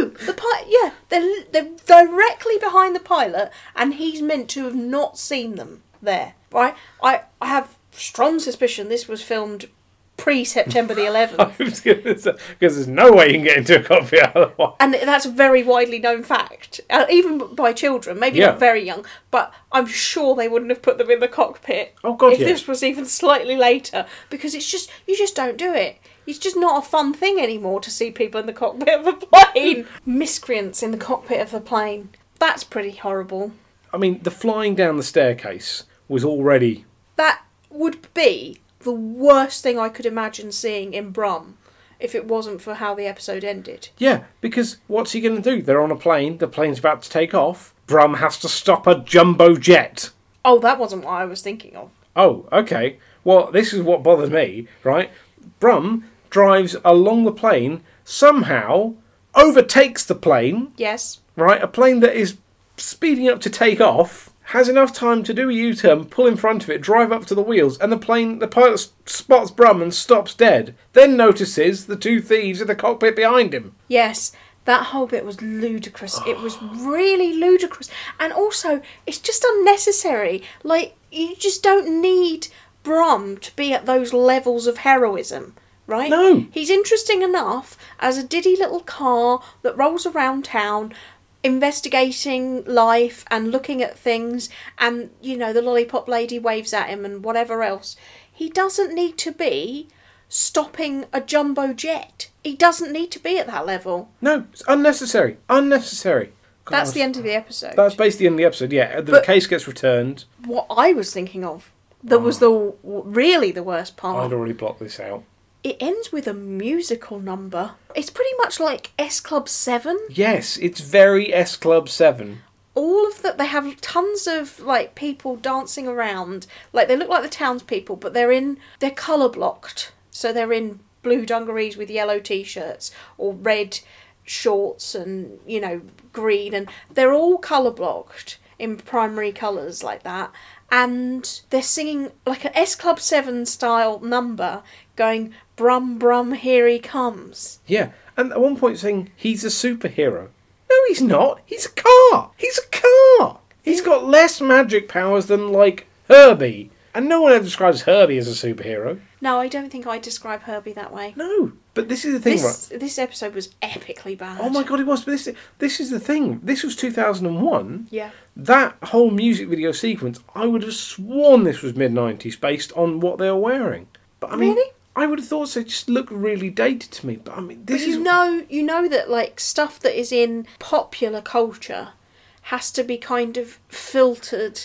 Speaker 1: No, the pilot. Yeah, they're they're directly behind the pilot, and he's meant to have not seen them there, right? I I have strong suspicion this was filmed pre September the 11th.
Speaker 2: Because there's no way you can get into a cockpit otherwise.
Speaker 1: and that's a very widely known fact, uh, even by children. Maybe
Speaker 2: Yeah.
Speaker 1: not very young, but I'm sure they wouldn't have put them in the cockpit.
Speaker 2: Oh, God,
Speaker 1: If
Speaker 2: yeah.
Speaker 1: this was even slightly later, because it's just you just don't do it. It's just not a fun thing anymore to see people in the cockpit of a plane. Miscreants in the cockpit of the plane. That's pretty horrible.
Speaker 2: I mean, the flying down the staircase was already.
Speaker 1: That would be the worst thing I could imagine seeing in Brum, if it wasn't for how the episode ended.
Speaker 2: Yeah, because what's he going to do? They're on a plane, the plane's about to take off. Brum has to stop a jumbo jet.
Speaker 1: Oh, that wasn't what I was thinking of.
Speaker 2: Oh, okay. Well, this is what bothers me, right? Brum drives along the plane, somehow overtakes the plane,
Speaker 1: Yes.
Speaker 2: right? A plane that is speeding up to take off, has enough time to do a U turn, pull in front of it, drive up to the wheels, and the plane, the pilot s- spots Brum and stops dead, then notices the two thieves in the cockpit behind him.
Speaker 1: Yes, that whole bit was ludicrous. It was really ludicrous. And also, it's just unnecessary. Like, you just don't need Brom to be at those levels of heroism. right?
Speaker 2: No.
Speaker 1: He's interesting enough as a diddy little car that rolls around town investigating life and looking at things and you know the lollipop lady waves at him and whatever else. He doesn't need to be stopping a jumbo jet. He doesn't need to be at that level.
Speaker 2: No, it's unnecessary. Unnecessary. God,
Speaker 1: That's
Speaker 2: that
Speaker 1: the
Speaker 2: was-
Speaker 1: end of the episode.
Speaker 2: That's basically the end of the episode, yeah. The
Speaker 1: But-
Speaker 2: case gets returned.
Speaker 1: what I was thinking of that was the w- really the worst part.
Speaker 2: I'd already blocked this out.
Speaker 1: It ends with a musical number. It's pretty much like S Club 7.
Speaker 2: Yes, it's very S Club 7.
Speaker 1: All of that they have tons of like people dancing around. Like they look like the townspeople, but they're in they're color blocked. So they're in blue dungarees with yellow t-shirts or red shorts and you know green and they're all color blocked in primary colors like that and they're singing like an S Club 7 style number going brum brum here he comes.
Speaker 2: Yeah, and at one point saying he's a superhero. No, he's not. He's a car. He's a car. He's got less magic powers than, like, Herbie. And no one ever describes Herbie as a superhero.
Speaker 1: No, I don't think I describe Herbie that way.
Speaker 2: No, but this is the thing, right?
Speaker 1: This, this episode was epically bad.
Speaker 2: Oh my god, it was. But this, this is the thing. This was 2001.
Speaker 1: Yeah.
Speaker 2: That whole music video sequence, I would have sworn this was mid 90s based on what they were wearing. But I mean,
Speaker 1: Really?
Speaker 2: I would have thought so. It just looked really dated to me. But I mean,
Speaker 1: But
Speaker 2: this
Speaker 1: you
Speaker 2: is.
Speaker 1: know, you know that like stuff that is in popular culture has to be kind of filtered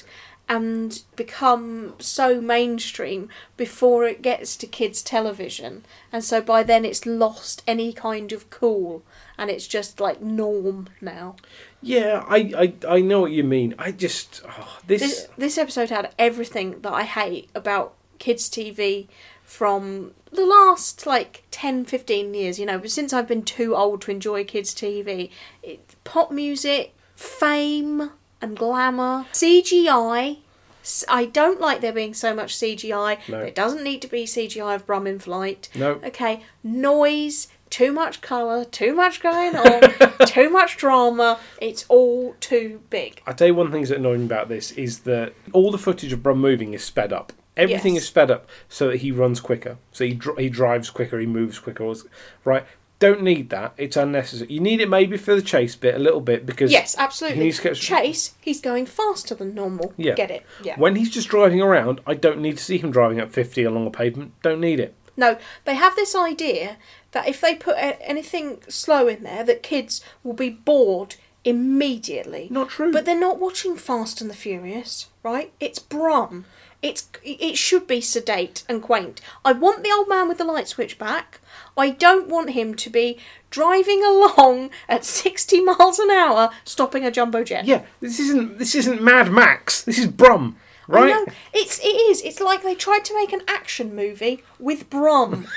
Speaker 1: and become so mainstream before it gets to kids television and so by then it's lost any kind of cool and it's just like norm now
Speaker 2: Yeah, I, I, I know what you mean. I just. Oh, this.
Speaker 1: This, this episode had everything that I hate about kids' TV from the last like 10 15 years, you know, but since I've been too old to enjoy kids' TV. It, pop music, fame, and glamour, CGI. S- I don't like there being so much CGI.
Speaker 2: No.
Speaker 1: There doesn't need to be CGI of Brum in flight.
Speaker 2: No.
Speaker 1: Okay, noise, too much colour, too much going on, too much drama. It's all too big.
Speaker 2: I tell you one thing that's annoying me about this is that all the footage of Brum moving is sped up. Everything
Speaker 1: Yes.
Speaker 2: is sped up so that he runs quicker, so he dr- he drives quicker, he moves quicker. all this- Right? Don't need that. It's unnecessary. You need it maybe for the chase bit a little bit because
Speaker 1: Yes, absolutely.
Speaker 2: He needs to get-
Speaker 1: Chase, he's going faster than normal.
Speaker 2: Yeah.
Speaker 1: Get it? Yeah.
Speaker 2: When he's just driving around, I don't need to see him driving at 50 along a pavement. Don't need it.
Speaker 1: no, they have this idea that if they put a- anything slow in there, that kids will be bored immediately.
Speaker 2: Not true.
Speaker 1: But they're not watching Fast and the Furious, right? It's Brom. It's it should be sedate and quaint. I want the old man with the light switch back. I don't want him to be driving along at 60 miles an hour stopping a jumbo jet.
Speaker 2: Yeah, this isn't this isn't Mad Max. This is Brum,
Speaker 1: I
Speaker 2: right?
Speaker 1: know. It's it is. It's like they tried to make an action movie with Brom.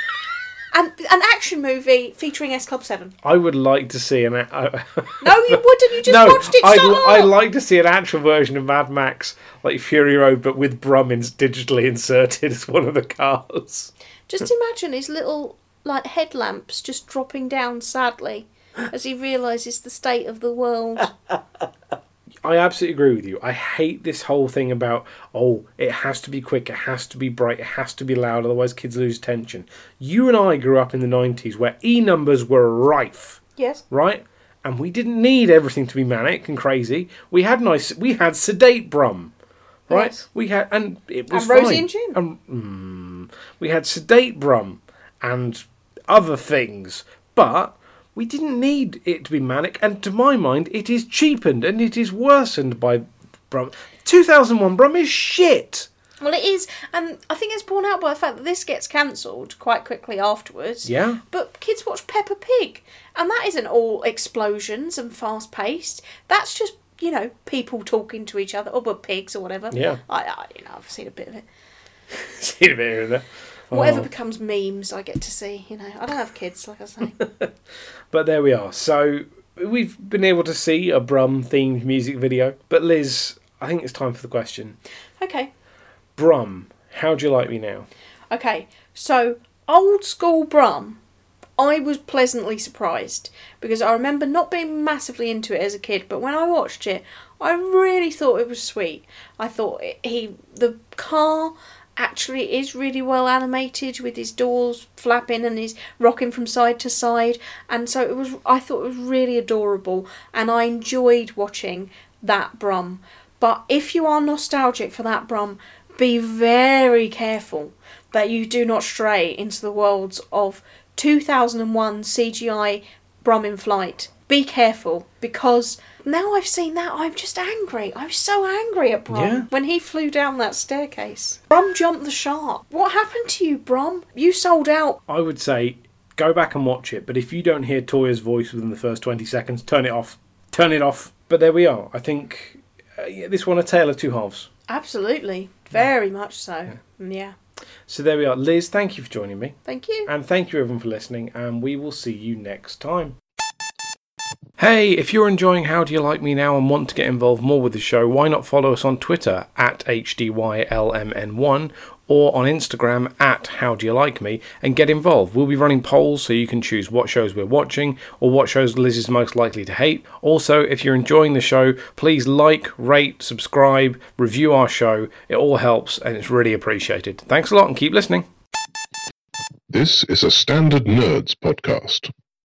Speaker 1: and an action movie featuring S Club 7.
Speaker 2: I would like to see an. a-
Speaker 1: No, you wouldn't. You just
Speaker 2: no,
Speaker 1: watched it.
Speaker 2: I'd,
Speaker 1: shut up.
Speaker 2: I'd like to see an actual version of Mad Max, like Fury Road, but with Brum ins digitally inserted as one of the cars.
Speaker 1: Just imagine his little like headlamps just dropping down sadly as he realizes the state of the world.
Speaker 2: Ah, I absolutely agree with you. I hate this whole thing about oh, it has to be quick, it has to be bright, it has to be loud, otherwise kids lose attention. You and I grew up in the '90s where e numbers were rife,
Speaker 1: yes.
Speaker 2: right? And we didn't need everything to be manic and crazy. We had nice, we had sedate Brum, right?
Speaker 1: Yes.
Speaker 2: We had, and it was
Speaker 1: And Rosie
Speaker 2: fine.
Speaker 1: and Jim.
Speaker 2: And, mm, we had sedate Brum and other things, but we didn't need it to be manic. And to my mind, it is cheapened and it is worsened by Brum. 2001 Brum is shit.
Speaker 1: Well, it is, and I think it's borne out by the fact that this gets cancelled quite quickly afterwards.
Speaker 2: Yeah.
Speaker 1: But kids watch Peppa Pig, and that isn't all explosions and fast paced. That's just you know people talking to each other, or well, pigs or whatever.
Speaker 2: Yeah.
Speaker 1: I, I you know I've seen a bit of it.
Speaker 2: See a bit here and there.
Speaker 1: Whatever
Speaker 2: Oh.
Speaker 1: becomes memes, I get to see. You know, I don't have kids, like I say.
Speaker 2: But there we are. So we've been able to see a Brum themed music video. But Liz, I think it's time for the question.
Speaker 1: okay,
Speaker 2: Brum, how do you like me now?
Speaker 1: okay. So old school Brum. I was pleasantly surprised because I remember not being massively into it as a kid, but when I watched it, I really thought it was sweet. I thought it, he the car actually is really well animated with his doors flapping and he's rocking from side to side. And so it was, I thought it was really adorable and I enjoyed watching that Brum. But if you are nostalgic for that Brum, be very careful that you do not stray into the worlds of 2001 CGI Brum in Flight. Be careful because now I've seen that, I'm just angry. I'm so angry at Brom
Speaker 2: Yeah.
Speaker 1: when he flew down that staircase. Brom jumped the shark. What happened to you, Brom? You sold out.
Speaker 2: I would say go back and watch it, but if you don't hear Toya's voice within the first 20 seconds, turn it off. Turn it off. But there we are. I think uh, yeah, this one a tale of two halves.
Speaker 1: Absolutely. Very much so. Mm, Yeah.
Speaker 2: So there we are. Liz, thank you for joining me.
Speaker 1: Thank you.
Speaker 2: And thank you everyone for listening, and we will see you next time. Hey, if you're enjoying How Do You Like Me Now and want to get involved more with the show, why not follow us on Twitter at HDYLMN1 or on Instagram at How Do You Like Me and get involved. We'll be running polls so you can choose what shows we're watching or what shows Liz is most likely to hate. Also, if you're enjoying the show, please like, rate, subscribe, review our show. It all helps and it's really appreciated. Thanks a lot and keep listening.
Speaker 3: This is a Standard Nerds podcast.